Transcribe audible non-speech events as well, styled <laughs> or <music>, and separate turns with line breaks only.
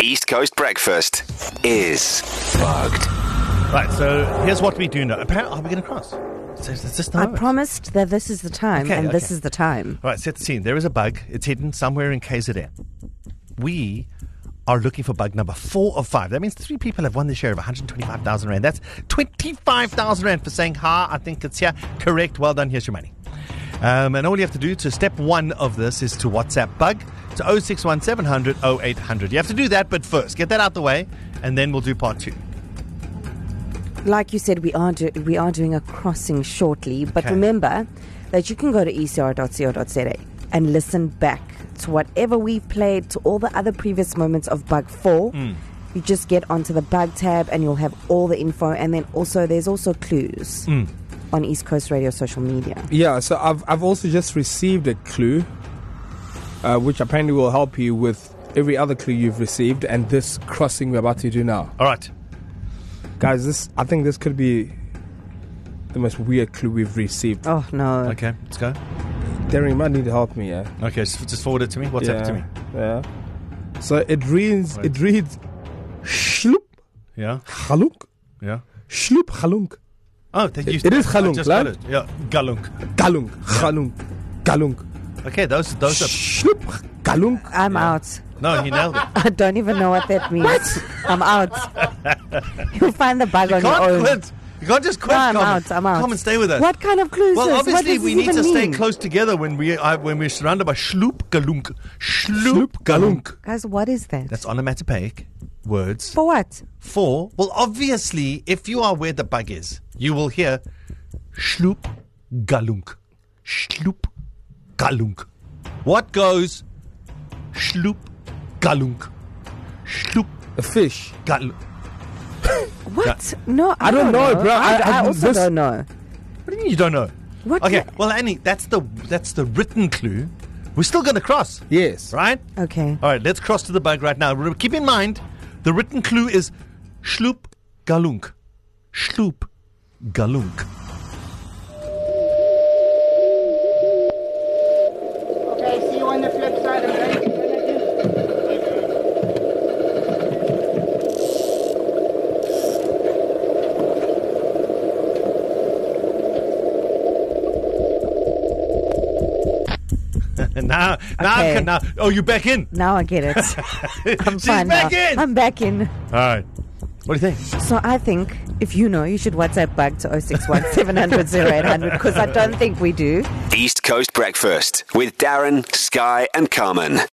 East Coast Breakfast is bugged.
Right, so here's what we do know. Apparently, are we going to cross? It's, it's just
I
not.
promised that this is the time,
Okay,
and this
okay.
is the time.
All right, set the scene. There is a bug. It's hidden somewhere in KZN. We are looking for bug number four of five. That means three people have won their share of 125,000 Rand. That's 25,000 Rand for saying, ha, I think it's here. Correct. Well done. Here's your money. Um, and all you have to do to step one of this is to WhatsApp bug to 061700 0800. You have to do that, but first, get that out the way, and then we'll do part two.
Like you said, we are do- we are doing a crossing shortly, but
Okay.
remember that you can go to E ecr.co.za and listen back to whatever we've played to all the other previous moments of Bug Four.
Hmm.
You just get onto the Bug tab, and you'll have all the info. And then also, there's also clues
Hmm.
on East Coast Radio social media.
Yeah, so I've I've also just received a clue, uh, which apparently will help you with every other clue you've received and this crossing we're about to do now,
All right.
guys. This I think this could be the most weird clue we've received.
Oh no!
Okay, let's go.
Darren, you might need to help me. Yeah,
Okay, s- just forward it to me. WhatsApp
yeah,
it to me.
yeah. So it reads
Right.
it reads shloop
Yeah,
halunk
yeah.
shloop halunk
Oh, they
It-
used
it is
I
Galunk,
just got
right?
it. Yeah, galunk.
galunk halunk galunk
Okay, those those are
shloop galunk.
I'm
Yeah.
out. <laughs>
no. He nailed it.
I don't even know what
<laughs>
that means. I'm out. You'll find the bug on your
Can't
own.
quit. You can't just quit.
No, I'm
Carmen.
out. I'm out.
Come and stay with us.
What kind of clues?
Well,
is? what
obviously
does
we
this
need to
even
stay
mean?
close together when we are, when we're surrounded by schloop galunk, schloop galunk.
Guys, what is that?
That's onomatopoeic words.
For what?
Four. Well, obviously, if you are where the bug is, you will hear schloop galunk, schloop galunk. What goes schloop galunk, schloop
A fish.
galunk?
What? No, I,
I don't know, bro.
I,
I- I-
also
this-
don't know.
What do you mean you don't know?
What
Okay,
the-
well, Annie, that's the that's the written clue. We're still going to cross,
Yes.
right?
Okay.
All right, let's cross to the bug right now. Re- Keep in mind, the written clue is schloop galunk, schloop galunk.
Okay, see you on the flip side, okay?
now, now,
Okay.
okay. now, oh, you back in?
Now I get it.
<laughs>
I'm
She's
fine
back
now.
in.
I'm back in.
All right. What do you think?
So I think if you know, you should WhatsApp bug to 061 700 0800 because I don't think we do.
East Coast Breakfast with Darren, Sky, and Carmen.